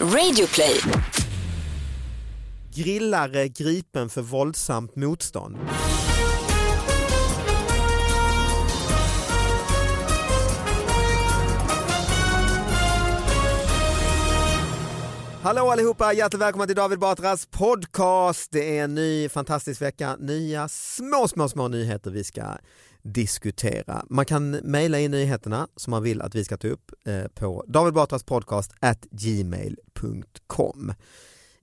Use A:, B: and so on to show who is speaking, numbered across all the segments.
A: Radioplay.
B: Grillare gripen för våldsamt motstånd. Hallå allihopa, hjärtligt välkomna till David Batras podcast. Det är en ny fantastisk vecka, nya små, små, små nyheter vi ska diskutera. Man kan mejla in nyheterna som man vill att vi ska ta upp eh, på davidbatraspodcast@gmail.com.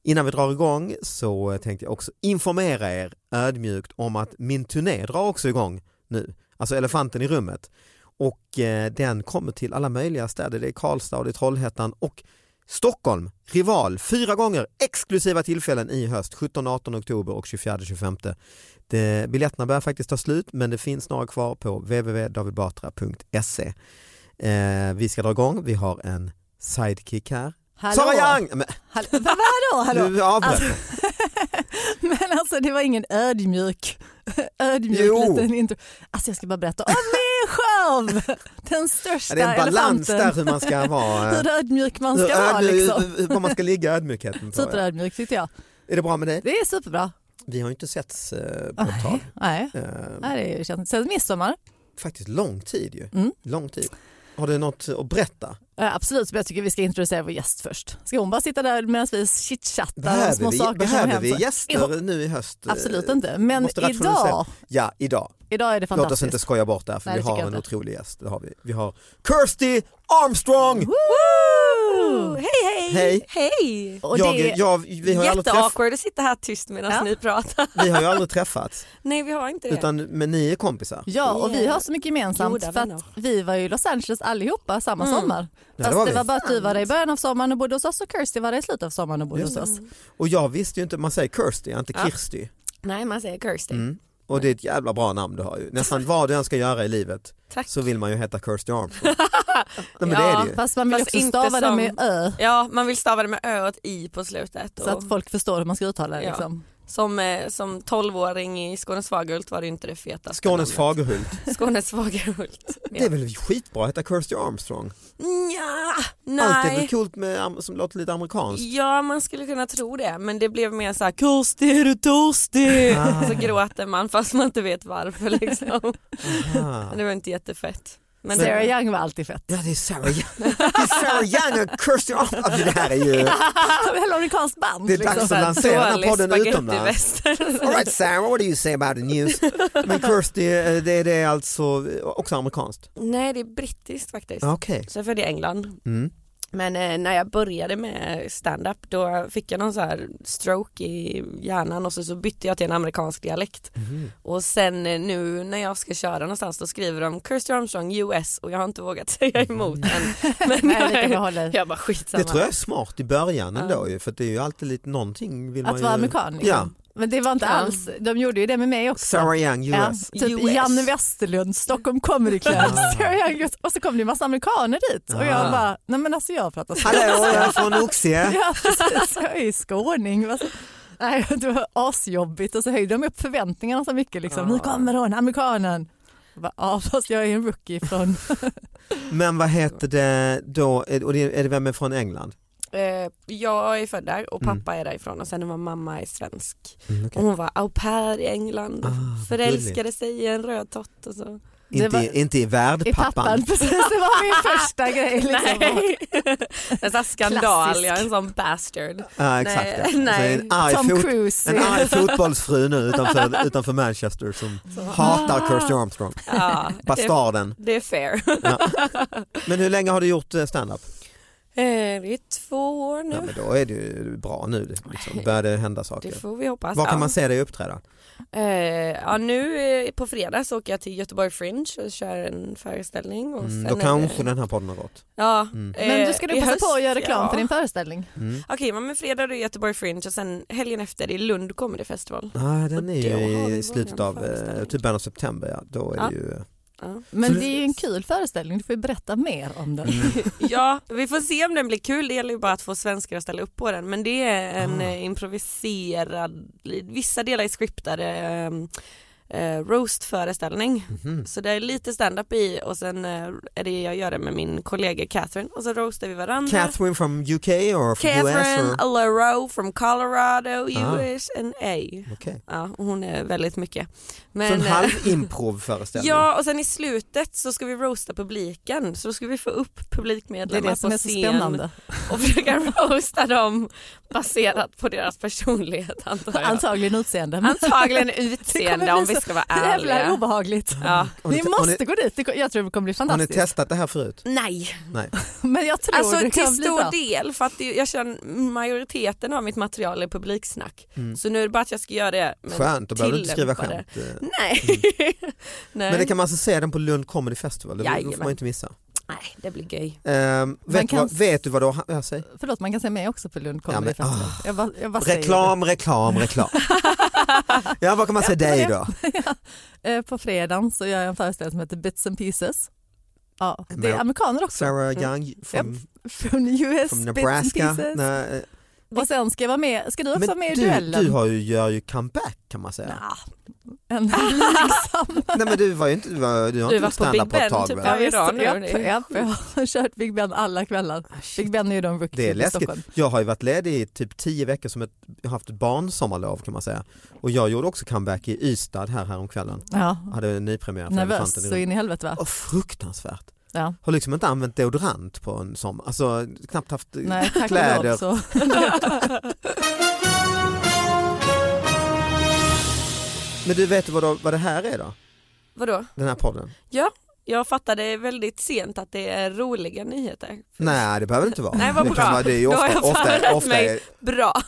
B: Innan vi drar igång så tänkte jag också informera er ödmjukt om att min turné drar också igång nu, alltså Elefanten i rummet. Och eh, den kommer till alla möjliga städer, det är Karlstad och det är Trollhättan och Stockholm, Rival, fyra gånger exklusiva tillfällen i höst, 17-18 oktober och 24-25. Det- Biljetterna börjar faktiskt ta slut men det finns några kvar på www.davidbatra.se. Eh, vi ska dra igång, vi har en sidekick här.
C: Hallå.
B: Sara Young! Men,
C: Hall- vad- vadå, hallå?
B: Du avbröt
C: Alltså,
B: mig.
C: men alltså det var ingen ödmjuk, ödmjuk
B: Jo.
C: liten intro. Alltså jag ska bara berätta om min show! Den största
B: Ja, Det är en balans
C: elefanten.
B: där hur man ska vara.
C: Hur ödmjuk man
B: hur
C: ska vara
B: ödmjuk-
C: liksom.
B: hur- Var man ska ligga i ödmjukheten. tror jag.
C: Superödmjuk tyckte jag.
B: Är det bra med dig?
C: Det är superbra.
B: Vi har ju inte setts eh, på ett tag.
C: Nej,
B: Eh,
C: nej det är ju känt. Sen midsommar,
B: Faktiskt lång tid ju.
C: Mm.
B: Lång tid. Har du något att berätta?
C: eh, absolut, men jag tycker vi ska introducera vår gäst först. Ska hon bara sitta där medan vi chitchattar om
B: Behöver
C: små
B: vi,
C: saker som
B: behöver
C: har hänt?
B: vi
C: så-
B: gäster nu i höst? Eh,
C: Absolut inte, men
B: Måste rationalisera.
C: idag,
B: Ja, idag.
C: idag är det
B: Låt oss
C: fantastiskt.
B: inte skoja bort det här för
C: Nej,
B: vi
C: det tycker
B: har
C: jag
B: en
C: inte.
B: otrolig gäst. Det har vi. vi har Kirsty Armstrong!
C: Woo!
D: Hej hej!
B: Hej.
D: Hej!
C: Och
B: Jag,
C: det,
B: jag, vi, har ju aldrig träff,
D: Jätteawkward att sitta här tyst medan
C: Ja.
D: ni pratar.
B: vi har ju aldrig träffats,
D: Nej vi har inte det.
B: utan, men ni är kompisar.
C: Ja, och vi
D: Yeah.
C: har så mycket gemensamt
D: Goda
C: för att
D: vänner.
C: vi var ju i Los Angeles allihopa samma
D: Mm.
C: sommar.
B: det
C: Fast
B: var
C: det
B: vi.
C: var bara att du var där i början av sommaren och bodde hos oss och Kirsty var där i slutet av sommaren och bodde
B: Just
C: hos oss.
B: Och jag visste ju inte, man säger Kirsty, inte
D: Ja.
B: Kirsty.
D: Nej man säger Kirsty.
B: Mm. Och det är ett jävla bra namn du har ju. Nästan vad du än ska göra i livet
D: Tack.
B: så vill man ju heta Kirsty Armstrong. Nej men det är
D: Ja,
B: det ju.
C: Fast man vill
D: Fast
C: också
D: inte
C: stava det
D: som-
C: med ö
D: Ja man vill stava det med ö och ett i på slutet. Och
C: så att folk förstår hur man ska uttala det.
D: Ja.
C: Liksom.
D: Som, eh, som 12-åring i Skånes Fagerhult var det inte det fetaste.
B: Skånes
D: namnet.
B: Fagerhult.
D: Skånes Fagerhult.
B: Det är väl skitbra att heta Kirsty Armstrong?
D: Nja,
B: Allt är väl
D: nej.
B: coolt med, am- som låter lite amerikanskt.
D: Ja man skulle kunna tro det men det blev mer så här Kirsty är du törstig?
B: Ah.
D: Så gråter man fast man inte vet varför liksom.
B: Aha.
D: Men det var inte jättefett. Men
C: Sarah Young var alltid fett.
B: Ja det är Sarah Young, det är Sarah Young och Kirsty Armstrong. Alltså, Det här är ju,
C: Hela amerikanskt band. liksom.
B: det är dags att lansera den här podden utomlands.
D: utomlands.
B: All right Sarah, what do you say about the news? Men Kirsty, eh, det, det är alltså också amerikanskt?
D: Nej det är brittiskt faktiskt.
B: Ja, Okej.
D: Sen födde jag England.
B: Mm.
D: Men eh, när jag började med stand-up då fick jag någon så här stroke i hjärnan och så, så bytte jag till en amerikansk dialekt.
B: Mhm.
D: Och sen eh, nu när jag ska köra någonstans då skriver de Kirsty Armstrong US och jag har inte vågat säga emot än. Men
C: Nej, det kan vi
D: jag,
C: hålla i.
D: jag bara
B: Mm. Det
D: skitsamma.
B: tror jag är smart i början ändå
D: Ja.
B: ju för att det är ju alltid lite någonting vill man
C: Att
B: ju...
C: vara amerikan. Liksom.
B: Ja.
C: Men det var inte
D: Ja.
C: alls, de gjorde ju det med mig också.
B: Sarah Young, US.
C: Ja, typ
D: US.
C: Janne Westerlund, Stockholm Comedy Club,
B: Ah.
C: Sarah Young, och så kom det en massa amerikaner dit och
B: Ah.
C: jag bara, nej men alltså jag pratar
B: Hallå, jag är från Oxie.
C: Ja, precis. Jag är ju skåning. Vad så- Nej, det var asjobbigt och så höjde de upp förväntningarna så mycket. Liksom. Nu kommer hon, amerikanen. Jag bara, Ja, fast jag är en rookie från
B: Men vad heter det då, är och det, är det vem är från England?
D: Eh, jag är född där och
B: Mm.
D: pappa är därifrån och sen var mamma är svensk.
B: Mm,
D: Och hon var au pair i England och
B: Ah,
D: förälskade sig i en röd tott och så.
C: Det
B: Inte, i-
C: var-
B: inte i
C: i pappan.
B: värdpappan.
C: Precis, det var min första grej. Liksom.
D: Nej. En sån här skandal,
C: Klassisk.
D: jag är en sån bastard.
B: Ja, exakt.
D: Nej,
B: ja. Så
D: nej.
B: en arg
C: Tom
B: fot-
C: Cruise.
B: En arg fotbollsfru nu utanför, utanför Manchester som
C: Ah.
B: hatar Kirsty Armstrong.
D: Ja, det,
B: Bastarden.
D: det är fair.
B: Men hur länge har du gjort eh, standup?
D: Eh, Det är två år
B: Ja,
D: nu.
B: men då är det ju bra nu. Liksom. Börjar det hända saker.
D: Det får vi hoppas.
B: Var
D: ja.
B: kan man se dig uppträda?
D: Eh, ja, nu eh, på fredag så åker jag till Göteborg Fringe och kör en föreställning. Och
B: Mm,
D: sen
B: då
D: är
B: kanske
D: det-
B: den här podden har gått.
D: Ja,
B: Mm.
D: eh,
C: Men du ska
D: i
C: du passa på att
D: höst,
C: göra reklam
D: ja.
C: för din föreställning.
B: Mm.
D: Okej, men fredag är det Göteborg Fringe och sen helgen efter i Lund Comedy Festival.
B: Ah, den är
D: Och då
B: ju
D: har vi
B: i
D: vår
B: slutet av, eh,
D: föreställning.
B: typ början av september. Ja. Då är
D: Ja.
B: det ju, eh,
D: Ja.
C: Men
B: Så-
C: det är ju en kul föreställning, du får ju berätta mer om den.
D: ja, vi får se om den blir kul. Det gäller ju bara att få svenskar att ställa upp på den. Men det är en
B: Ah.
D: eh, improviserad, vissa delar är scriptade. ehm, eh, roastföreställning.
B: Mhm.
D: Så det är lite stand-up i och sen eh, är det jag gör det med min kollega Catherine och så roastar vi varandra.
B: Catherine from UK or from US?
D: Mm. Catherine oh,
B: Or...
D: Alaro from Colorado,
B: Ah.
D: US and A.
B: Okej.
D: Ja, och hon är väldigt mycket.
B: Så
D: Men,
B: en
D: eh,
B: halv improvföreställning?
D: Ja och sen i slutet så ska vi roasta publiken så då ska vi få upp
C: Det är
D: publikmedlemmar
C: det som
D: på
C: är så
D: scen
C: spännande.
D: och försöka roasta dem baserat på deras personlighet antar jag.
C: Antagligen utseende. Men
D: Antagligen
C: Alltså, Det kommer
D: utseende
C: bli
D: om vi
C: så
D: ska vara
C: jävla
D: ärliga.
C: obehagligt.
D: Ja.
B: Har ni-
C: Ni
B: har ni-
C: måste gå dit. Det ko- Jag tror det kommer bli
B: Har ni
C: fantastiskt.
B: testat det här förut?
D: Nej,
C: Men jag tror
D: alltså
C: det
D: till
C: kan bli
D: stor
C: bra.
D: del för att det- jag känner majoriteten av mitt material är publiksnack.
B: Mm.
D: Så nu är det bara att jag ska göra det. Men
B: Skönt, då behöver du inte skriva
D: tillämpade.
B: skämt. Eh,
D: Nej. Nej.
B: Men det kan man alltså se den på Lund Comedy Festival, det det får
D: Jajamän.
B: man inte missa.
D: Nej, det blir gøy.
B: Ehm,
C: Man
B: vet, du
C: kan
B: vad,
C: s-
B: vet du vad då, jag säger?
C: Förlåt, man kan säga mig också på Lund
B: Ja,
C: Comedy
B: men- Ah.
C: Festival. Jag bara, jag bara säger
B: Reklam, reklam, reklam. ja, vad kan man säga dig då?
C: det. Eh, På fredagen så gör jag en föreställning som heter Bits and Pieces. Ja, det
B: Amer-
C: är amerikaner också.
B: Sarah Young from,
C: Från US,
B: from
C: Bits
B: Nebraska.
C: and Pieces.
B: Nej, eh,
C: Och sen ska jag vara med, ska du också vara med i
B: du,
C: duellen?
B: du har ju, gör ju comeback kan man säga.
C: Nja, en blygsam.
B: Nej men du var ju inte, du, var, du har inte
D: Du var
B: varit
D: på
B: standup
D: Big
B: på ett
D: Ben,
B: tag
D: typ.
B: väl?
D: Ja, vi drar nu.
C: japp, japp, jag har kört Big Ben alla kvällar. Big Ben är ju de
B: Det är
C: rookie i
B: läskigt.
C: Stockholm.
B: Jag har ju varit ledig i typ tio veckor som ett, jag har haft ett barnsommarlov kan man säga. Och jag gjorde också comeback i Ystad här häromkvällen.
D: Mm.
C: Ja,
B: Hade en nypremiär för Elefanten
C: nervös
B: i
C: så
B: rummet.
C: in i helvete va?
B: Åh, fruktansvärt.
C: Ja.
B: Har liksom inte använt deodorant på en sommar. Alltså knappt haft
C: Nej, tack och lov
B: kläder.
C: så.
B: Men du vet vad, då, vad det här är då?
D: Vadå?
B: Den här podden?
D: Jag fattade väldigt sent att det är roliga nyheter.
B: Nej det behöver det inte vara.
D: Nej, vad
B: det kan
D: bra.
B: vara det är ju
D: Då har
B: ofta,
D: jag
B: ofta,
D: förberett
B: är- ofta,
D: mig.
B: är,
D: Bra.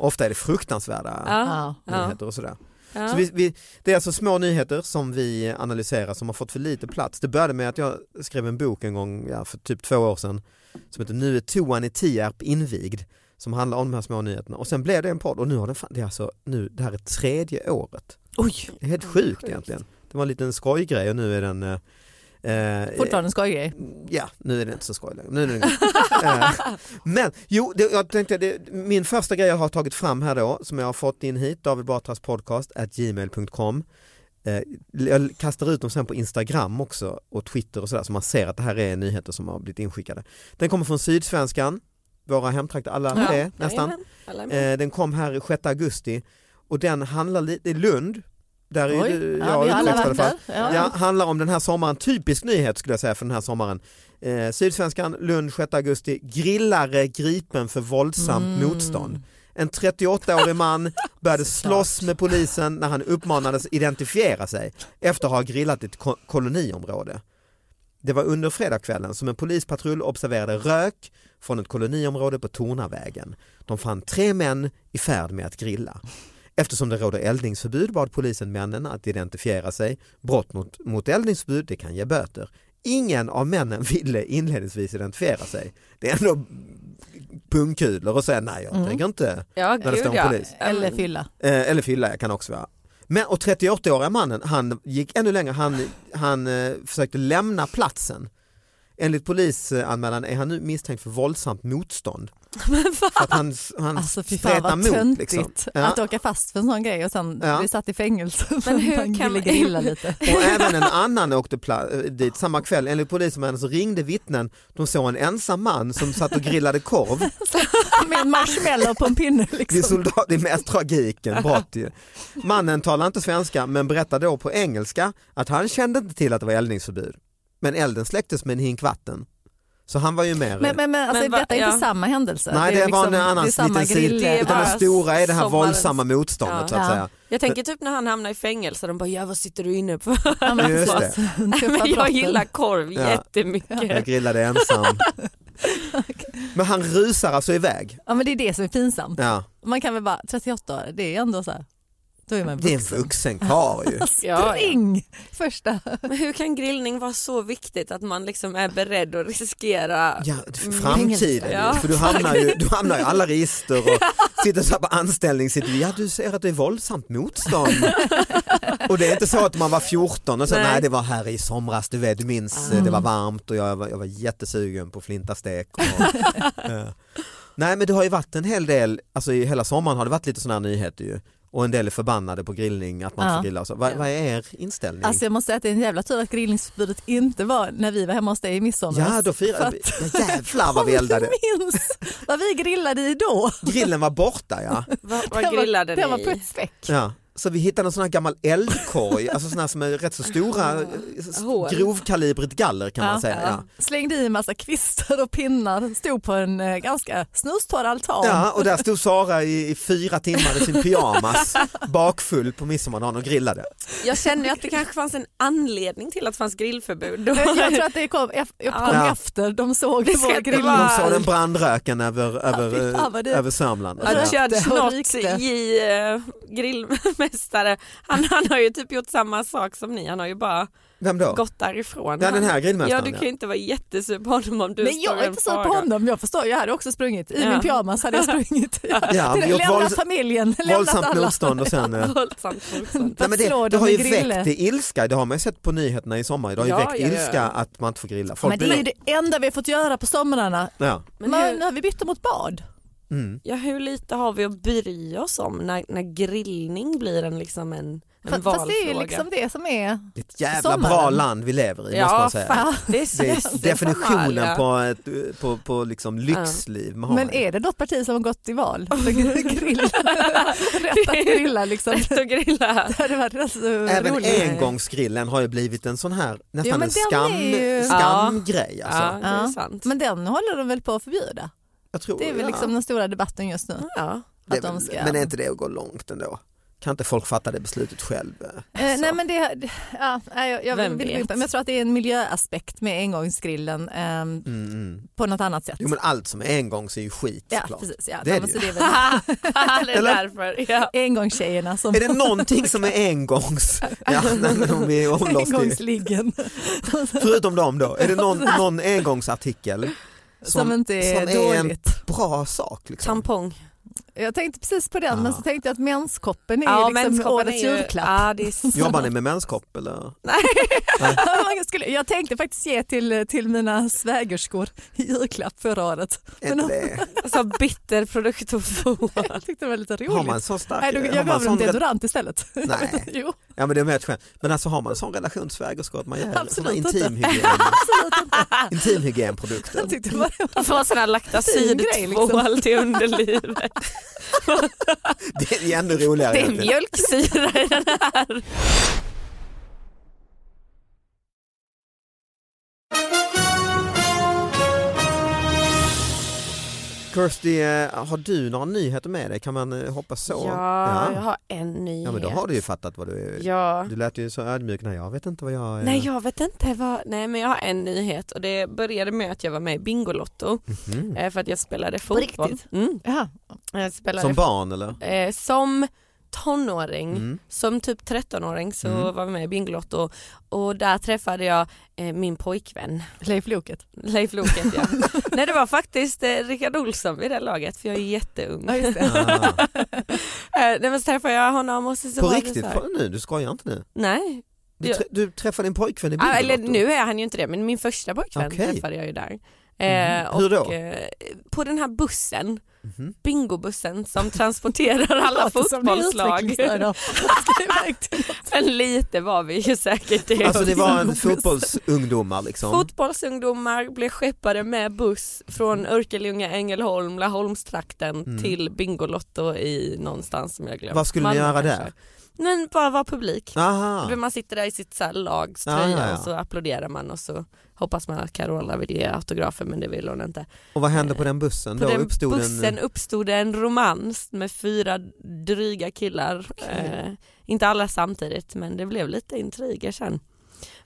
B: ofta är det fruktansvärda
C: Ja.
D: Ja.
B: nyheter och sådär.
D: Ja.
B: Så vi, vi, det är alltså små nyheter som vi analyserar som har fått för lite plats. Det började med att jag skrev en bok en gång ja, för typ två år sedan som heter Nu är toan i Tierp invigd som handlar om de här små nyheterna och sen blev det en podd och nu har den, fan- det är alltså, nu, det här är tredje året.
C: Oj,
B: Det är helt sjukt egentligen. Det var en liten skojgrej och nu är den eh, eh,
C: fortfarande en skojgrej.
B: Ja, nu är det inte så skoj längre. Nu är det inte. Eh, Men jo, det, jag tänkte, det, min första grej jag har tagit fram här då, som jag har fått in hit, David Batras podcast, at gmail.com. Eh, Jag kastar ut dem sen på Instagram också och Twitter och sådär så man ser att det här är nyheter som har blivit inskickade. Den kommer från Sydsvenskan, våra hemtrakter, alla
C: Ja,
B: tre nästan.
D: Jajamän. Alla är med.
B: Eh, Den kom här 6 augusti och den handlar lite, i Lund, där är
C: Oj,
B: ju du,
C: ja,
B: jag
C: vi har alla
B: uppväxt i alla
C: varit
B: fall.
C: där. Ja.
B: Ja, handlar om den här sommaren, typisk nyhet skulle jag säga för den här sommaren. Eh, Sydsvenskan, Lund 6 augusti, grillare gripen för våldsamt
C: Mm.
B: motstånd. En 38-årig man började slåss med polisen när han uppmanades identifiera sig efter att ha grillat i ett ko- koloniområde. Det var under fredagskvällen som en polispatrull observerade rök från ett koloniområde på Tornavägen. De fann tre män i färd med att grilla. Eftersom det råder eldningsförbud bad polisen männen att identifiera sig. Brott mot, mot eldningsförbud det kan ge böter. Ingen av männen ville inledningsvis identifiera sig. Det är ändå pungkulor och säga nej jag
C: Mm.
B: tänker inte.
D: Ja,
B: det
D: gud
B: står en
D: ja.
B: polis.
C: Eller fylla.
B: Eh, eller fylla jag kan också vara. Men, och 38-åriga mannen han gick ännu längre, han, han eh, försökte lämna platsen. Enligt polisanmälan är han nu misstänkt för våldsamt motstånd. För att han han
C: Alltså fy fan
B: stretar
C: vad
B: Mm. mot.
C: töntigt
B: liksom.
C: att åka fast för en sån grej och sen
B: Ja.
C: bli satt i fängelse för
D: Men hur
C: att man
D: kan
C: ville
D: man-
C: grilla lite.
B: Och även en annan åkte pla- eh, dit samma kväll. Enligt polismännen så ringde vittnen. De såg en ensam man som satt och grillade korv.
C: Med en marshmallow på en pinne
B: Det är,
C: liksom.
B: soldat, det är mest tragiken. Brott ju. Mannen talar inte svenska men berättar då på engelska att han kände inte till att det var eldningsförbud. Men elden släcktes med en hink vatten. Så han var ju mer...
C: Men, men, men alltså,
D: Men va-
C: detta är inte
D: ja.
C: samma händelse.
B: Nej det,
C: är
B: var
C: liksom-
B: en annan
C: det är samma
B: liten sida.
C: grille.
D: Det är
B: Utan det
D: bara
B: stora är det här
D: sommarens-
B: våldsamma motståndet så att
C: Ja.
B: säga.
D: Jag tänker typ när han hamnar i fängelse, de bara ja vad sitter du inne på?
C: Ja, men
B: Just
C: precis. Tuffa
D: Men jag
C: brotten.
D: gillar korv
B: Ja. Jag
D: jättemycket.
B: grillade ensam. Men han rusar alltså iväg.
C: Ja men det är det som är pinsamt.
B: Ja,
C: Man kan väl bara, 38 år, det är ändå så här. Då är man
B: det är
C: vuxen.
B: en vuxen karl ju.
D: Ja, ja.
C: Spring! Första.
D: Men hur kan grillning vara så viktigt att man liksom är beredd att riskera?
B: Ja, framtiden
D: Ja.
B: ju, för du hamnar ju, du hamnar ju i alla register och sitter så här på anställning, sitter, ja du ser att det är våldsamt motstånd. och det är inte så att man var 14 och så, nej,
D: Nej.
B: det var här i somras, du vet, du minns, eh, det var varmt och jag var, jag var jättesugen på flintastek. Och, eh. Nej men det har ju varit en hel del, alltså i hela sommaren har det varit lite sådana här nyheter ju. och en del är förbannade på grillning, att man
C: Ja.
B: inte får grilla och så. Vad,
D: Ja.
B: vad är er inställning?
C: Alltså jag måste säga att det är en jävla tur att grillningsförbudet inte var när vi var hemma hos dig i midsommar.
B: ja, då firade vi. Ja, jävlar vad vi eldade.
C: Jag minns vad vi grillade i då.
B: Grillen var borta ja.
D: Vad,
C: Den
D: vad
C: var-
D: grillade
C: Den var
D: ni?
C: på ett streck.
B: ja. Så vi hittade en sån här gammal eldkorg, alltså såna här som är rätt så stora, eh, s-
D: Hål.
B: grovkalibrigt galler kan man
C: Ja.
B: säga. Ja.
C: Slängde i en massa kvistar och pinnar, stod på en eh, ganska snustorr altan.
B: Ja, och där stod Sara i, i fyra timmar i sin pyjamas bakfull på midsommardagen och grillade.
D: Jag känner ju att det kanske fanns en anledning till att det fanns grillförbud. Då.
C: Jag jag tror att det kom, eff- uppkom
B: Ja.
C: efter de såg
D: Vi ska
C: vår
D: inte
C: grillning.
D: vara-
B: De såg den brandröken över, över, eh,
C: fy fan vad det- Alltså,
B: över Sörmland.
C: Ja,
D: Att
C: det-
D: Judge
C: det har
D: Nott
C: rykt.
D: i eh, grillmästare, han, han har ju typ gjort samma sak som ni, han har ju bara
B: Vem då?
D: gått därifrån.
B: Ja, den här
D: han, ja,
B: grillmästaren.
D: du kan ju inte vara jättesur på honom om du
C: Men jag är
D: står i
C: inte
D: en
C: sur på
D: fara.
C: honom, jag förstår, jag hade också sprungit. I
D: Ja.
C: min pyjamas hade jag sprungit. Ja.
B: Ja, vi gjort
C: lämnat
B: vålds-
C: familjen, lämnat
B: Våldsamt
C: alla.
B: motstånd och sen... eh,
D: Våldsamt motstånd.
B: Nej, men det,
C: slå
B: det
C: dem
B: har
C: i
B: ju
C: grille.
B: väckt i ilska, det har man ju sett på nyheterna i sommar, det har ju
D: Ja,
B: väckt
D: ja, ja.
B: ilska att man inte får grilla. Folk
C: Men det är ju
B: blir...
C: det enda vi har fått göra på somrarna.
B: ja.
D: Men
C: Men
D: hur,
C: nu har vi bytt mot bad.
B: mm.
D: ja, hur lite har vi att bry oss om när, när grillning blir en, liksom en, en
C: Fast,
D: valfråga?
C: fast det är ju liksom det som är...
B: Det är ett jävla
C: Sommaren.
B: bra land vi lever i måste
D: Ja,
B: man säga.
D: fan.
C: Ja.
D: det är
B: Det är
D: stressigt,
B: definitionen
D: Amalia.
B: på, ett, på, på liksom lyxliv. Man har.
C: Men är det något parti som har gått till val för gr- grilla? Rätt att grilla liksom.
D: Rätt att grilla.
C: Det hade varit rätt så
B: Även
C: roligt.
B: engångsgrillen har ju blivit en sån här
C: Ja,
B: nästan
C: men
B: en
C: den
B: skam,
C: är ju-
B: skamgrej. Alltså.
D: Ja, det är
C: Ja.
D: sant.
C: Men den håller de väl på att förbjuda?
B: Jag tror,
C: Det är väl
B: ja.
C: liksom den stora debatten just nu.
D: ja.
B: Det är
C: att de
B: väl-
C: ska-
B: Men är inte det att gå långt ändå? Kan inte folk fatta det beslutet själv?
C: Eh, nej men det, det- ja, nej, jag, jag,
D: Alltså. Vem
C: vill,
D: vet?
C: men jag tror att det är en miljöaspekt med engångsgrillen ehm,
B: Mm, mm.
C: på något annat sätt.
B: Jo men allt som är engångs är ju skit
C: ja,
B: såklart.
C: precis, ja.
B: Det är
C: Ja,
B: det
C: men
B: ju.
C: så det är väl
D: det är
B: Eller?
D: därför. Ja.
C: engångstjejerna som
B: Är det någonting som är engångs? Ja, nej, men om vi håller oss till,
C: engångsliggen
B: förutom dem då, är det någon, någon engångsartikel
C: som,
B: som,
C: inte är
B: som är en-
C: dåligt.
B: bra sak? Liksom?
D: Tampong.
C: Jag tänkte precis på den men
B: Ja.
C: så tänkte jag att menskoppen är ju liksom
D: menskoppen
C: årets
D: är ju-
C: julklapp.
D: Ja, det är sant.
B: Jobbar ni med menskopp eller?
C: Man skulle- jag tänkte faktiskt ge till, till mina svägerskor i julklapp förra året.
B: Är inte det?
D: Så bitter produkt att få.
C: Jag tyckte det var lite roligt.
B: Har man en sån stark...
C: Nej, då,
B: har
C: jag
B: man
C: gav dem
B: sån re-
C: deodorant istället.
B: Nej.
C: jo,
B: Ja men det är mer ett skämt. Men alltså har man en sån relation till svägerskor att man gör
C: Absolut
B: såna
C: inte.
B: intimhygien,
C: absolut inte.
B: intimhygienprodukter.
C: Jag tyckte det var
D: De får ha sån här
C: Fin
D: laktacidtvål
C: grej, liksom.
D: till underlivet.
B: Det är ju ännu roligare.
D: Det är
B: egentligen.
D: mjölksyra i den här.
B: Kirsty, eh, har du några nyheter med dig? Kan man eh, hoppas så?
D: Ja, jag
B: ja.
D: har en nyhet.
B: ja men då har du ju fattat vad du...
D: Ja.
B: Du lät ju så ödmjuk. Nej jag vet inte vad jag... eh,
D: Nej jag vet inte vad, nej men jag har en nyhet och det började med att jag var med i Bingolotto
B: mhm.
D: eh, för att jag spelade fotboll.
C: riktigt?
D: Mm,
C: Jaha.
D: jag spelade
B: Som barn eller?
D: eh, som tonåring,
B: Mm.
D: som typ 13-åring så
B: Mm.
D: var vi med i Bingolotto och där träffade jag eh, min pojkvän
C: Leif Loket.
D: Leif Loket ja. Nej det var faktiskt eh, Rickard Olsson vid det laget för jag är jätteung.
C: Ja,
D: eh,
C: just det.
B: Ah,
D: nej men så träffade jag honom och sen så
B: på
D: var
B: riktigt?
D: det så här,
B: Fan, nu, du skojar inte nu?
D: Nej,
B: Du,
D: Ja.
B: trä, du träffade din pojkvän i
D: ah,
B: Bingolotto?
D: eller nu är han ju inte det men min första pojkvän
B: Okej.
D: träffade jag ju där.
B: Mhm.
D: Eh,
B: Hur då?
D: Och, eh, på den här bussen,
B: Mhm.
D: bingobussen som transporterar alla
C: Låter som det är
D: fotbollslag.
C: utvecklingsstörda. Ska iväg till-
D: Men lite var vi ju säkert det.
B: Alltså det var en
C: Bingolotto.
B: fotbollsungdomar liksom?
D: Fotbollsungdomar blev skeppade med buss från Örkelljunga, Ängelholm, Laholmstrakten
B: Mm.
D: till Bingolotto i någonstans som jag glömt.
B: Vad skulle ni
D: Malmö
B: göra där?
D: kanske. Men bara vara publik.
B: Aha.
D: Då Man sitter där i sitt så här lags
B: Ja,
D: tröja
B: Ah. ja, ja.
D: och så applåderar man och så hoppas man att Carola vill ge autografer men det vill hon inte.
B: Och vad hände på den bussen?
D: På
B: då
D: den
B: uppstod
D: bussen
B: en...
D: uppstod en romans med fyra dryga killar. Eh, inte alla samtidigt men det blev lite intriger sen.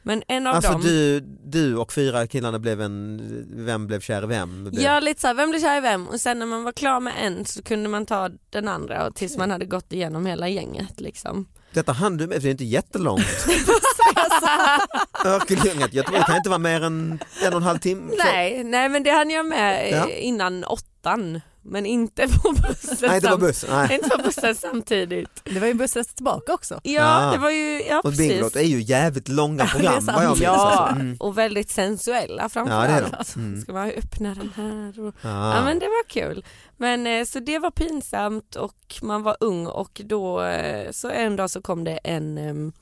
D: Men en av
B: Alltså
D: dem,
B: du, du och fyra killarna blev en, vem blev kär i vem? Blev-
D: ja lite såhär, vem blir kär i vem? Och sen när man var klar med en så kunde man ta den andra och tills man hade gått igenom hela gänget liksom.
B: Detta hann du med, för det är inte jättelångt. Örkelljunga till Göteborg kan inte vara mer än en och en halv timme.
D: nej, nej men det hann jag med eh,
B: Ja.
D: innan åttan. men inte på bussen.
B: Nej, det var
D: sam-
B: buss. Nej.
D: inte på bussen samtidigt.
C: Det var ju en bussresa tillbaka också.
D: Ja,
B: Ah.
D: det var ju, ja
B: Och
D: precis.
B: Bingolotto är ju jävligt långa
C: Ja, det är
B: program vad jag
C: sant.
B: minns.
D: Ja,
B: Alltså. Mm.
D: och väldigt sensuella
B: ja, det är
D: framförallt.
B: de. Ah. Mm.
D: Ska man öppna den här och
B: Ja.
D: Ja men det var kul. Men eh, så det var pinsamt och man var ung och då eh, så en dag så kom det en, em,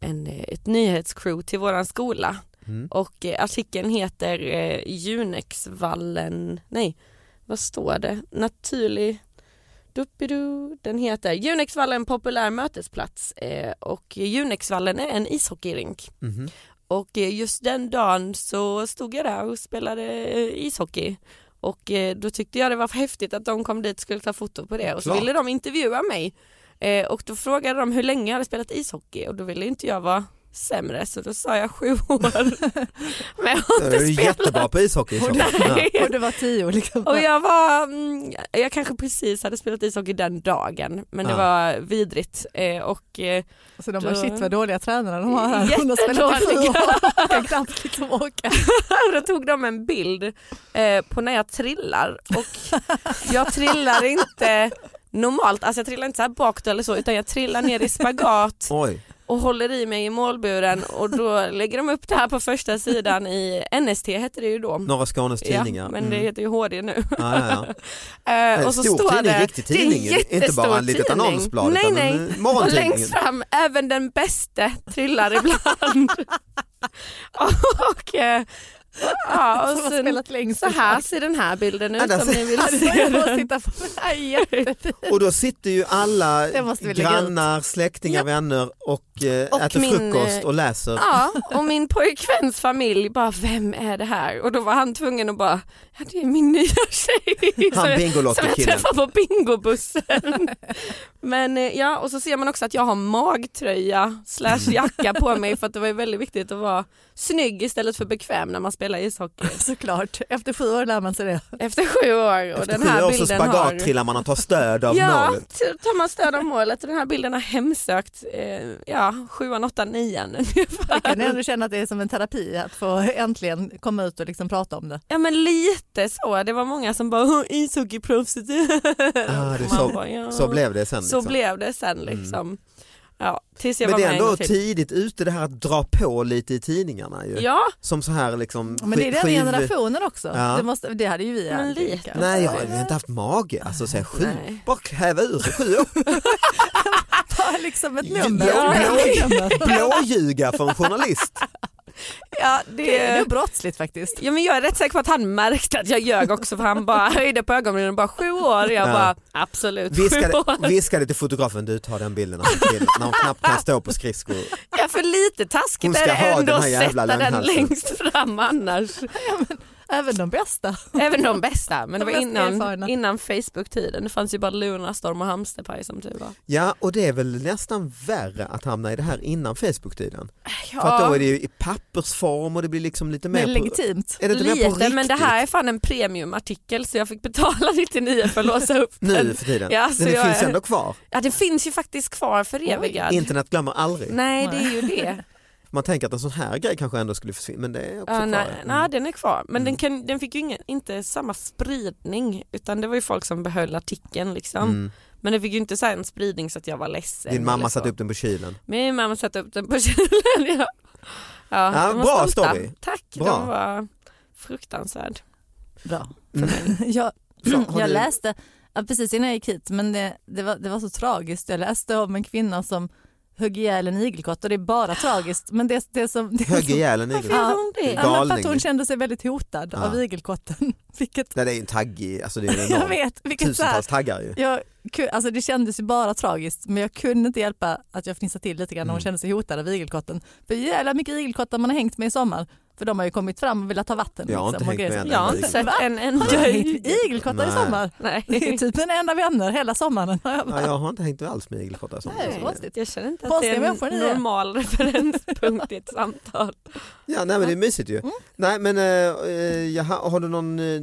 D: en eh, ett nyhetscrew till våran skola
B: Mm.
D: och eh, artikeln heter eh, Junexvallen, nej vad står det? Naturlig Duppidu. Den heter Junexvallen populär mötesplats eh, och Junexvallen är en ishockeyrink.
B: Mhm.
D: Och eh, just den dagen så stod jag där och spelade eh, ishockey. Och eh, då tyckte jag det var häftigt att de kom dit och skulle ta foto på det. Och så
B: Klart.
D: ville de intervjua mig. Eh, Och då frågade de hur länge jag hade spelat ishockey och då ville inte jag vara sämre så då sa jag sju år. Men jag har
B: Du är
D: inte
B: ju
D: spelat.
B: jättebra på ishockey. så. Ja.
C: Och det var tio år liksom.
D: Och jag var, mm, jag kanske precis hade spelat ishockey den dagen men det
B: Ja.
D: var vidrigt eh, och eh,
C: Så de bara
D: då-
C: shit vad dåliga tränare de har här. Hon har spelat i sju
D: Jättedåliga.
C: år. Kan knappt liksom åka.
D: då tog de en bild eh, på när jag trillar och jag trillar inte normalt, alltså jag trillar inte så här bakåt eller så utan jag trillar ner i spagat
B: Oj,
D: och håller i mig i målburen och då lägger de upp det här på första sidan i NST hette det ju då.
B: Norra Skånes tidningar.
D: Ja, men det heter ju HD nu.
B: Mm. Ja, ja, ja.
D: Eh,
B: En
D: och så
B: stor
D: står
B: tidning,
D: det,
B: riktig
D: det är
B: tidning. Inte bara en
D: jättestor
B: litet
D: tidning.
B: annonsblad
D: Nej,
B: utan
D: nej.
B: en eh,
D: Och
B: morgontidning.
D: längst fram, även den bäste trillar ibland. och, eh, ja,
B: Alltså,
D: och
C: Som har
D: sen,
C: spelat längst.
D: så här ser den här bilden
B: Ja,
D: ut
B: där
D: om
B: ser-
D: ni vill
C: Ja, det var
D: se
C: ju bara att
D: den.
C: titta på. Aj, jättefint.
B: Och då sitter ju alla
C: Det måste vi lägga
B: grannar, släktingar, vänner och, eh,
D: Och
B: äter
D: min,
B: frukost
D: eh,
B: och läser.
D: Ja, och min pojkväns familj bara, vem är det här? Och då var han tvungen att bara, ja, det är min nya tjej. som
B: Han
D: jag- Som jag
B: Bingolotto-killen.
D: träffade på bingobussen. Men eh, ja, och så ser man också att jag har magtröja slash jacka på mig för att det var ju väldigt viktigt att vara snygg istället för bekväm när man spelar ishockey.
C: Såklart, efter sju år lär man sig det.
D: Efter sju år och
B: Efter
D: den här
B: sju år så
D: bilden
B: spagat
D: har...
B: trillar man och tar stöd av
D: ja,
B: målet.
D: t- tar man stöd av målet och den här bilden har hemsökt eh, ja, sjuan, åttan, nian ungefär.
C: Jag kan ändå känna att det är som en terapi att få äntligen komma ut och liksom prata om det.
D: Ja men lite så, det var många som bara "Åh, ishockeyproffset.
B: Ah, det är
D: Man
B: så-
D: bara, ja.
B: Så blev det sen.
D: Så
B: liksom.
D: blev det sen liksom. Ja, tills jag
B: Men
D: var
B: det är
D: med en
B: ändå
D: gång till.
B: tidigt ute det här att dra på lite i tidningarna ju.
D: Ja,
B: Som så här liksom
C: Men det är den
B: skiv-
C: generationen också.
B: Ja.
C: Det, måste, det hade ju vi
D: Men
C: aldrig,
D: lite.
C: kanske.
B: Nej jag har ju inte haft mage, alltså säga sju,
D: Nej.
B: bara häva ur sig sju år.
C: Bara liksom ett
B: Blå-
C: nummer.
B: blå-
C: Det
B: Blåljuga för en journalist.
D: ja
C: är
D: det...
C: nog brottsligt faktiskt.
D: Ja, men jag är rätt säker på att han märkte att jag ljög också för han bara höjde på ögonbrynen och bara sju år. Jag
B: Ja.
D: bara absolut sju år.
B: Viskade, viskade till fotografen, du tar den bilden av en kille när hon knappt kan stå på skridskor.
D: Ja, för lite
B: Hon
D: taskigt
B: ska
D: är det
B: ha
D: ändå
B: den
D: att
B: här jävla
D: sätta den
B: lögnhalsen.
D: längst fram annars.
C: Även de bästa.
D: Även de bästa men det
C: De
D: var
C: mest erfarna.
D: innan, innan Facebook-tiden. Det fanns ju bara Lunarstorm och Hamsterpaj som tur var.
B: Ja och det är väl nästan värre att hamna i det här innan Facebook-tiden. För att då är det ju i pappersform och det blir liksom lite
C: Men
B: mer på,
C: legitimt.
B: är det inte mer på
D: Lite
B: riktigt
D: men det här är fan en premiumartikel så jag fick betala 99 för att låsa upp den.
B: nu för tiden.
D: Ja, så
B: Men det
D: jag
B: finns
D: är-
B: ändå kvar.
D: Ja det finns ju faktiskt kvar för eviga.
B: Internet glömmer aldrig.
D: Nej det är ju det.
B: Man tänker att en sån här grej kanske ändå skulle försvinna men det är också
D: Ja,
B: kvar.
D: nej,
B: Mm.
D: nej, den är kvar. Men
B: Mm.
D: den, kan, den fick ju ingen, inte samma spridning utan det var ju folk som behöll artikeln liksom.
B: Mm.
D: Men den fick ju inte så här en spridning så att jag var ledsen.
B: Din
D: eller
B: mamma
D: så.
B: satte upp den på kylen.
D: Min mamma satte upp den på kylen. Ja. Ja,
B: Ja,
D: de var
B: bra
D: stolta.
B: story.
D: Tack,
B: Bra.
D: de var fruktansvärd.
C: Bra.
B: Mm.
C: Jag,
B: Så, har
C: jag
B: du-
C: läste, ja, precis innan jag gick hit, men det, det, var, det var så tragiskt. Jag läste om en kvinna som högg ihjäl en igelkott och det är bara tragiskt. Men det, det som, det
B: Högg
C: som,
B: ihjäl en igel.
D: Varför gjorde hon det?
B: Ja.
C: ja, men för att
B: Galning.
C: hon kände sig väldigt hotad
B: Ja.
C: av igelkotten. Vilket,
B: Nej, Det är ju en taggig, alltså det är en
C: jag
B: enorm,
C: vet, vilket så här,
B: tusentals taggar ju.
C: jag, ku- alltså det kändes ju bara tragiskt men jag kunde inte hjälpa att jag fnissade till lite grann när hon
B: Mm.
C: kände sig hotad av igelkotten. För jävla mycket igelkottar man har hängt med i sommar. För de har ju kommit fram och velat ta vatten.
B: Jag har inte
C: liksom, och
B: hängt
C: grejer
B: med än.
C: så.
D: Jag har inte sett
C: Va?
D: en
C: Har du
D: enda.
C: hängt med igelkottar i
B: Nej.
C: sommar? Det är
D: Nej.
C: typ mina enda vänner hela sommaren. har jag bara-
B: Ja, jag har inte hängt alls med igelkottar. som-
C: Nej, så konstigt.
D: Jag känner inte att det
C: Konstiga
D: är en
C: människor ni är.
D: normal referenspunkt i ett samtal.
B: Ja, nej men det är mysigt ju.
C: Mm.
B: Nej men eh, eh, jaha, har du någon eh,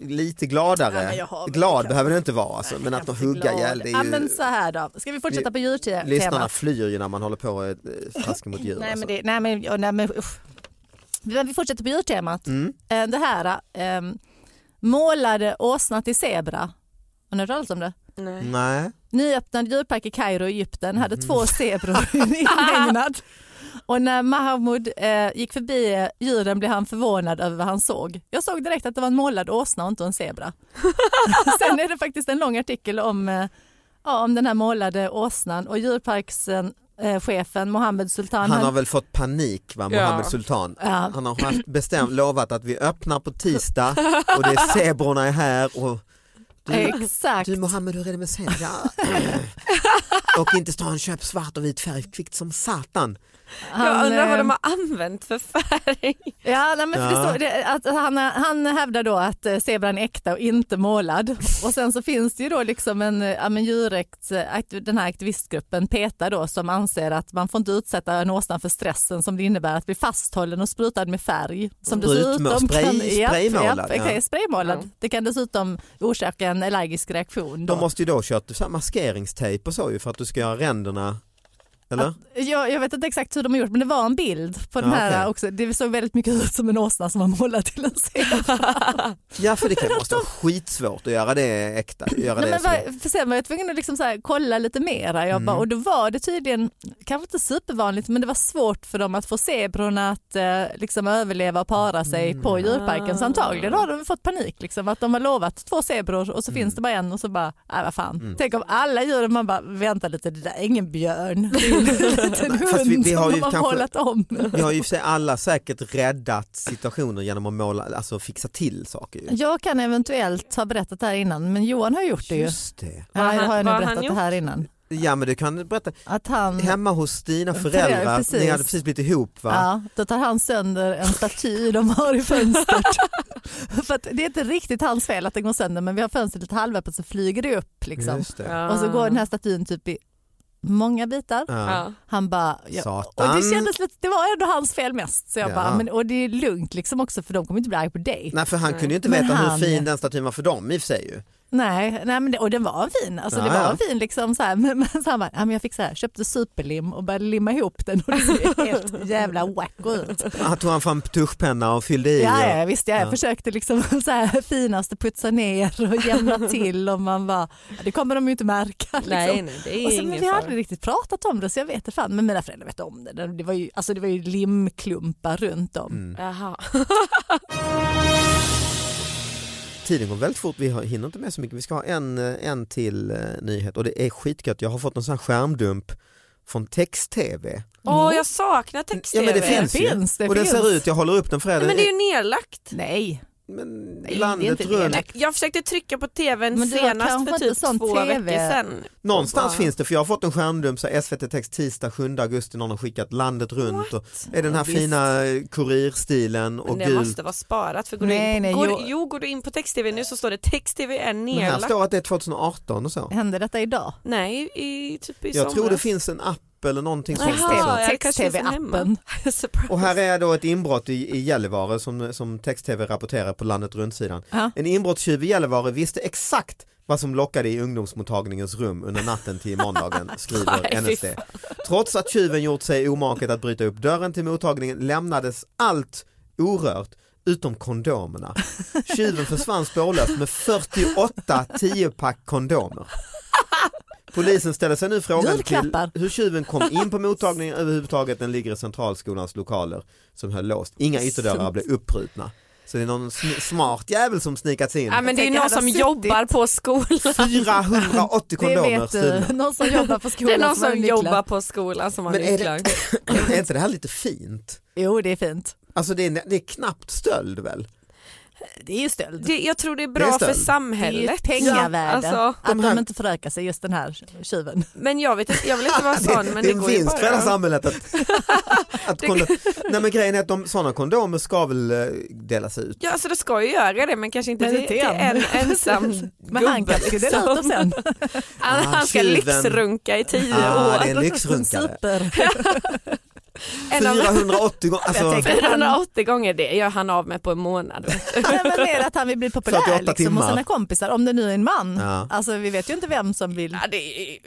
B: lite gladare?
C: Ja, men jag har väl
B: glad
C: kanske-
B: behöver du inte vara alltså, men att de hugga ihjäl det
C: Ja
B: är ju...
C: men så här då, ska vi fortsätta på
B: Lyssnarna
C: djurtemat?
B: flyr ju när man håller på och eh, taskar mot djur.
C: Nej
B: alltså.
C: men, det, nej, men, ja, nej, men usch. Men Vi fortsätter på djurtemat.
B: Mm.
C: Eh, Det här, eh, Målade åsna till zebra. Har ni hört talas om det?
D: Nej.
B: Nej.
C: Nyöppnad djurpark i Kairo, Egypten, hade två
D: Mhm.
C: zebror inhägnad. Och när Mahamud eh, gick förbi eh, djuren blev han förvånad över vad han såg. Jag såg direkt att det var en målad åsna och inte en zebra. Sen är det faktiskt en lång artikel om, eh, ja, om den här målade åsnan och djurparkschefen eh, chefen Mohammed Sultan.
B: Han har väl fått panik va,
D: Ja.
B: Mohammed Sultan.
C: ja,
B: Han har haft bestämt lovat att vi öppnar på tisdag och det är zebrorna är här och du,
C: exakt.
B: du Mohammed hur är det med zebra? och inte stan köp svart och vit färg kvickt som satan.
D: Jag undrar vad
C: eh,
D: de har använt för färg.
C: Ja, nej, men för
B: Ja.
C: Det står, det, att han, han hävdar då att eh, zebran är äkta och inte målad. Och sen så finns det ju då liksom en, eh, ja, men djurrätts, eh, akt- den här aktivistgruppen PETA då som anser att man får inte utsätta en åsna för stressen som det innebär att bli fasthållen och sprutad med färg. Som
B: Sprut- spray-
C: japp,
B: spraymålad,
C: japp,
B: ja.
C: exakt, spraymålad.
D: Ja.
C: Det kan dessutom orsaka en allergisk reaktion. Då.
B: De måste ju då ha kört så här maskeringstejp och så ju för att du ska göra ränderna. Eller?
C: jag, jag vet inte exakt hur de har gjort men det var en bild på den
B: Ja,
C: här
B: okej.
C: eh, också. Det såg väldigt mycket ut som en åsna som var målad till en zebra.
B: Ja för det kan måste vara skitsvårt att göra det äkta. Göra
C: Nej,
B: det
C: men
B: så.
C: vad, för sen var jag tvungen att liksom så här, kolla lite mera. Jag
B: Mm.
C: bara, och då var det tydligen, kanske inte supervanligt, men det var svårt för dem att få zebrorna att eh, liksom överleva och para sig
B: Mm.
C: på djurparken. Så
D: Ah.
C: antagligen har de fått panik, liksom, att de har lovat två zebror och så
B: Mm.
C: finns det bara en och så bara, nej vad fan.
B: Mm.
C: Tänk om alla djuren, man bara, vänta lite, det där är ingen björn, det är en liten
B: Nej, fast vi-
C: hund
B: vi har
C: som
B: ju
C: de har
B: kanske-
C: målat om.
B: Vi har ju i och för sig alla säkert räddat situationer genom att måla, alltså fixa till saker. Ju.
C: Jag kan eventuellt ha berättat det här innan, men Johan har gjort det ju.
B: Just det.
C: Ja,
D: Vad
C: jag
D: han-
C: har jag
D: vad
C: nog
D: har
C: berättat
D: han
C: det här innan.
B: Ja men du kan berätta,
C: Att han...
B: hemma hos dina
C: Föräldrar,
B: föräldrar,
C: Mm. precis.
B: ni hade precis blivit ihop va?
C: Ja, då tar han sönder en staty de har i fönstret. för att det är inte riktigt hans fel att den går sönder men vi har fönstret lite halvöppet så flyger det upp. Liksom.
B: Just det. Ah.
C: Och så går den här statyn typ i många bitar.
B: Ja.
D: Ja.
C: Han bara, ja. och
B: Satan.
C: det, kändes lite, det var ändå hans fel mest. Så jag
B: Ja.
C: bara, men, och det är lugnt liksom också för de kommer inte bli arga på dig.
B: Nej för han
D: Nej.
B: kunde ju inte
C: Men
B: veta
C: han-
B: hur fin den statyn var för dem i och för sig ju.
C: Nej, nej men det, och den var fin. Alltså, det
B: Ja, ja.
C: var en fin liksom så här. Men, men så han bara, ja, men jag fick så här, köpte superlim och började limma ihop den och det ser helt jävla wacko ut.
B: Han tog han fram tuschpenna och fyllde i.
C: Ja,
B: och-
C: ja visst, ja, jag
B: Ja.
C: försökte liksom så här finaste putsa ner och jämna till och man bara, det kommer de ju inte märka. Liksom.
D: Nej, nej, det är
C: och sen, men
D: ingen
C: vi har
D: fara.
C: aldrig riktigt pratat om det så jag vet det fan, men mina föräldrar vet om det. Det var ju, alltså, det var ju limklumpar runt om.
B: Mm.
D: Jaha.
B: Tiden går väldigt fort, vi har- hinner inte med så mycket. Vi ska ha en, eh, en till eh, nyhet och det är skitgött. Jag har fått en sån här skärmdump från text-tv.
D: Åh, jag saknar text-tv.
B: Ja, men det
C: Det
B: finns ju.
C: finns, det
B: och den
C: finns.
B: ser ut, jag håller upp den för er.
D: Nej, men det är ju nedlagt.
C: Nej,
B: men
C: nej det är
B: landet
C: inte det.
B: runt.
C: Nej.
D: Jag försökte trycka på tvn
C: Men du har
D: senast
C: kanske
D: för
C: inte
D: typ
C: sån
D: två
C: TV.
D: veckor sedan.
B: Någonstans
D: Bara-
B: finns det, för jag har fått en skärmdump, så här, SVT Text tisdag 7 augusti, någon har skickat landet runt. Och är den här
D: Visst.
B: fina eh, kurirstilen
D: Men
B: och
D: det
B: gul.
D: måste vara sparat för går du
C: Nej,
D: in,
C: nej,
D: går,
C: jo.
D: jo. går du in på text-tv nu så står det text-tv är
B: Men här
D: nedlagt.
B: står att det är 2018 och så.
C: hände detta idag?
D: Nej, i, typ i
B: Jag tror det
D: somras.
B: finns en app eller någonting sånt.
D: Jaha,
B: också.
D: ja, det kanske finns en
C: Text-tv-appen.
D: hemma. Surprise.
B: Och här är då ett inbrott i, i Gällivare som, som text-tv rapporterar på landet runt-sidan.
C: Ja.
B: En inbrottstjuv i Gällivare visste exakt vad som lockade i ungdomsmottagningens rum under natten till måndagen, skriver
D: Nej, fy
B: NSD. Trots att tjuven gjort sig omaket att bryta upp dörren till mottagningen lämnades allt orört utom kondomerna. Tjuven försvann spårlöst med 48 10-pack kondomer. Polisen ställer sig nu frågan till
C: Julklappar.
B: hur tjuven kom in på mottagningen överhuvudtaget. Den ligger i Centralskolans lokaler som höll låst. Inga ytterdörrar blev upprutna. Så det är någon sn- smart jävel som snikat sig in.
D: Ja, men det är
C: Tänk,
D: någon
C: hade
D: som
C: suttit-
D: jobbar på skolan.
B: 480
C: Det
B: kondomer
C: vet
B: stulna.
C: du, någon som jobbar på
D: Det
C: skolan
D: är någon
C: har
D: som
C: nycklar.
D: jobbar på skolan som har
B: Men är det-
D: nycklar.
B: Är inte det här lite fint?
C: Jo det är fint,
B: Alltså det är, det är knappt stöld väl?
C: det är ju stöld.
D: Det, jag tror det är bra
B: Det är
D: för
B: stöld.
C: Det är ju
D: samhället.
C: ett pengavärde
D: Ja, alltså,
C: att
B: de här-
C: de inte förökar sig, just den här tjuven.
D: men jag vet inte, jag vill inte vara sån
B: det, det
D: men det
B: är en
D: går ju
B: vinst för hela
D: bara.
B: samhället att, att kondom, Nej men grejen är att de, sådana kondomer ska väl eh, delas ut.
D: Ja alltså det ska ju göra det men kanske inte
C: Men
D: till,
C: inte
D: till
C: en.
D: en ensam
C: Men han
D: gubbe. liksom.
C: kanske skulle dela ut dem sen.
D: Han,
B: Ah,
D: han ska
B: tjuven.
D: lyxrunka i tio
B: Ah, det är
D: år.
B: en lyxrunkare.
C: Alltså, Super.
D: En av
B: 480 gånger,
C: Jag
B: alltså
C: tänker-
D: 480 gånger det gör han av med på en månad.
C: Nej, men mer att han vill bli populär
B: 48
C: liksom, hos
B: timmar.
C: sina kompisar, om det nu är en man.
B: Ja.
C: Alltså, vi vet ju inte vem som vill.
D: Ja, det, är,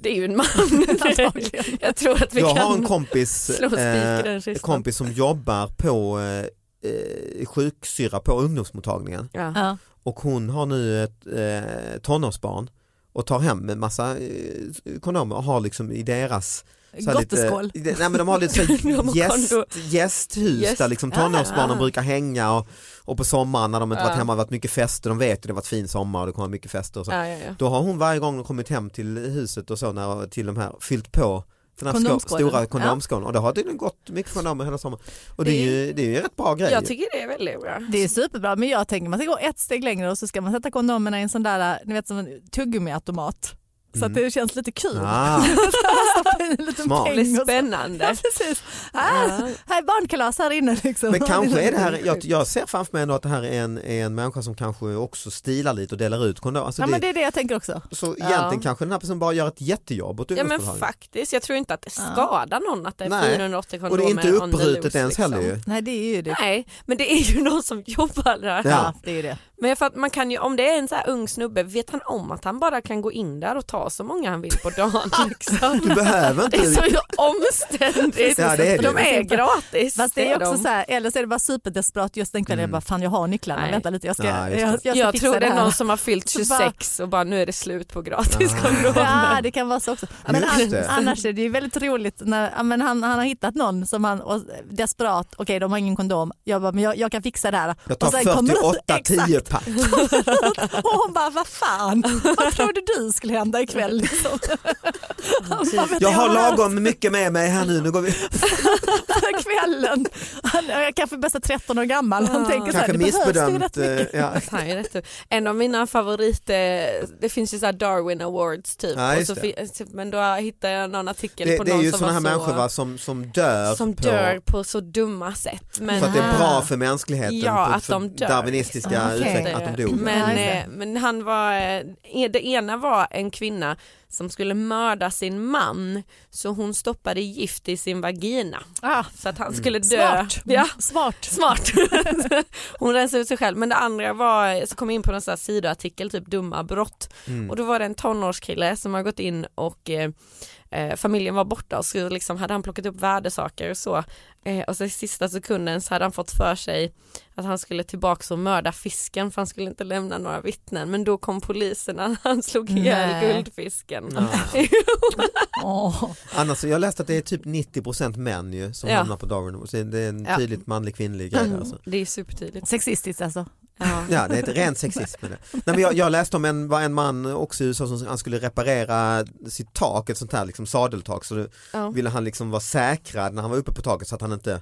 D: det är ju en man.
C: Antagligen.
D: jag tror att vi
B: jag
D: kan
B: har en kompis,
D: slå spik i
B: eh,
D: den kistan.
B: kompis som jobbar på eh, eh, sjuksyra på ungdomsmottagningen
D: Ja.
C: Ja.
B: och hon har nu ett eh, tonårsbarn och tar hem en massa eh, kondomer och har liksom i deras så här
C: Gotteskål.
B: Lite, nej men de har lite så
D: De har
B: här gäst,
D: kondo.
B: gästhus
D: Gäst.
B: där liksom tonårsbarnen
C: Ah.
B: brukar hänga och, och på sommaren när de inte
D: Ja.
B: varit hemma har det varit mycket fester, de vet ju det har varit fin sommar och det kommer mycket fester och så.
D: Ja, ja, ja.
B: Då har hon varje gång hon kommit hem till huset och så när, till de här fyllt på den här sko-
C: Kondomskålen.
B: stora kondomskålen och det har tydligen gått mycket kondomer hela sommaren. Och det
D: Det
B: är
D: är-
B: ju, det är ju en rätt bra grej.
D: Jag tycker det är väldigt bra.
C: Det är superbra men jag tänker man ska gå ett steg längre och så ska man sätta kondomerna i en sån där, ni vet som en tuggummiautomat. Så att
B: Mm.
C: det känns lite kul.
B: Ah,
C: Stoppa i en liten
B: Smart.
D: Det
C: peng och
D: blir
C: så. Ja,
D: spännande. Ah,
C: precis. Här, här är barnkalas här inne liksom.
B: men kanske är det här, jag, jag ser framför mig ändå att det här är en, är en människa som kanske också stilar lite och delar ut kondomer. Alltså
C: Ja
B: det,
C: men det är det jag tänker också.
B: Så
D: Ja.
B: egentligen kanske den här personen bara gör ett jättejobb åt
D: Ja men
B: ungdomsmottagningen.
D: faktiskt, jag tror inte att det
C: Ja.
D: skadar någon att det är
B: Nej.
D: 480 kondomer
B: Och det är inte
D: on the
B: uppbrutet
D: loose, liksom?
B: ens heller ju.
C: Nej det är ju det.
D: Nej, men det är ju någon som jobbar där.
B: Ja.
C: Ja, det är ju det.
D: Men för att man kan ju, om det är en så här ung snubbe, vet han om att han bara kan gå in där och ta så många han vill på dagen? Liksom?
B: Du behöver
D: Det är
B: inte,
D: så ju omständigt.
B: Ja, det är det.
D: De är gratis.
C: Fast det är
D: de.
C: också så här, eller så är det bara superdesperat just den kvällen,
B: Mm.
C: jag bara fan jag har nycklarna,
D: Nej.
C: vänta lite jag ska,
B: Ja, just det.
C: jag, jag ska
D: Jag,
C: fixa
D: tror det är
C: här.
D: någon som har fyllt
C: Så bara-
D: 26 och bara nu är det slut på gratis
B: Ah.
D: kondomer.
C: Ja det kan vara så också.
B: Ja,
C: Men
B: just
C: an,
B: det.
C: annars är det ju väldigt roligt när ja, men han, han har hittat någon som han och, desperat, okej de har ingen kondom, jag bara men jag, jag kan fixa det här.
B: jag
C: Och sen
B: tar
C: kommer-
B: 48
C: exakt.
B: 10 pack.
C: Och hon bara vad fan, vad trodde du skulle hända ikväll? Liksom. Han bara, "Men
B: Jag har
C: hört
B: lagom mycket med mig här nu, nu går vi.
C: den här kvällen. Han är kanske bästa 13 år gammal, han
D: Ja.
C: tänker så här,
B: Kanske
C: det behövs ju
B: missbedömt.
C: rätt
B: eh,
C: mycket.
B: Ja.
D: Fan, jag är rätt- En av mina favoriter, det finns ju så här Darwin awards typ,
B: Ja,
D: och
B: just
D: så
B: det.
D: fin- typ, men då hittade jag någon artikel
B: Det,
D: på
B: det
D: någon
B: är ju
D: som
B: sådana här
D: var
B: människor
D: så,
B: va, som, som dör.
D: som
B: på,
D: dör på så dumma sätt. Men,
B: För att det är bra
C: Ah.
B: för mänskligheten,
D: Ja,
B: för,
D: att
B: för
D: de dör. Ah,
B: darwinistiska
C: Okej.
B: utvecklingen, att de dog. Mm.
C: Ja,
D: Men,
C: just
D: eh, men han var, eh, det ena var en kvinna som skulle mörda sin man så hon stoppade gift i sin vagina
C: Ah,
D: så att
B: Mm.
D: han skulle dö.
C: smart. Mm,
D: Ja.
C: smart.
D: Smart! Hon rensade ut sig själv. Men det andra var, så kom jag in på någon sån här sidoartikel, typ dumma brott.
B: Mm.
D: eh, Och då var det en tonårskille som har gått in och eh, eh, familjen var borta och så liksom hade han plockat upp värdesaker och så. Eh, och så i sista sekunden så hade han fått för sig att han skulle tillbaka och mörda fisken för han skulle inte lämna några vittnen. Men då kom poliserna, han slog ihjäl
C: Nej.
D: guldfisken.
B: Ja.
C: Åh.
B: Annars, så jag läste att det är typ 90% män ju som
D: Ja.
B: hamnar på Darwin. Så det är en
D: Ja.
B: tydligt manlig kvinnlig grej alltså.
D: Det är supertydligt.
C: Sexistiskt alltså.
D: Ja.
B: Ja, det är ett rent sexism. Med det. Nej, men jag, jag läste om en, var en man också i USA som han skulle reparera sitt tak, ett sånt här liksom sadeltak. Så då
D: Ja.
B: ville han liksom vara säkrad när han var uppe på taket så att han inte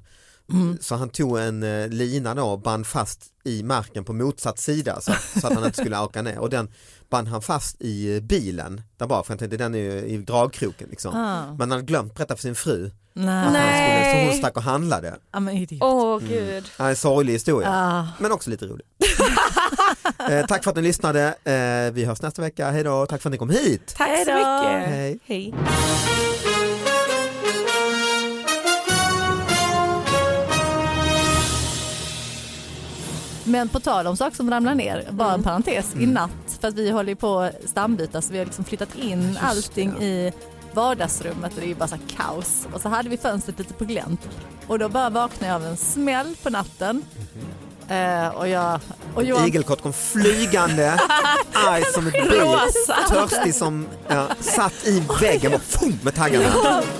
C: Mm.
B: så han tog en eh, lina då och band fast i marken på motsatt sida så, att- så att han inte skulle åka ner och den band han fast i eh, bilen där bak för jag tänkte den är ju i dragkroken liksom.
C: Ah.
B: Men han hade glömt berätta för sin fru att han
C: Nej.
B: skulle, så
D: Nej.
B: hon stack och handlade.
C: Ja, men idiot.
D: Åh
B: Mm.
D: gud.
B: Ja, En sorglig historia.
C: Ah.
B: Men också lite rolig. eh, tack för att ni lyssnade. Eh, vi hörs nästa vecka. Hej då. Tack för att ni kom hit.
D: Tack
C: Hej
D: så
C: då.
D: mycket.
B: Hej.
D: Hej.
C: Men på tal om saker som ramlar ner, bara en parentes,
B: Mm.
C: i natt, för att vi håller ju på stambyta så vi har liksom flyttat in
B: Just det,
C: allting
B: ja.
C: i vardagsrummet och det är ju bara så här kaos. Och så hade vi fönstret lite på glänt och då bara vaknade jag av en smäll på natten.
B: Mhm.
C: Eh, och jag... Och Johan,
B: Igelkott kom flygande, arg som ett bi,
D: Rosa.
B: törstig som ja, satt i väggen och fum, med taggarna.
C: Johan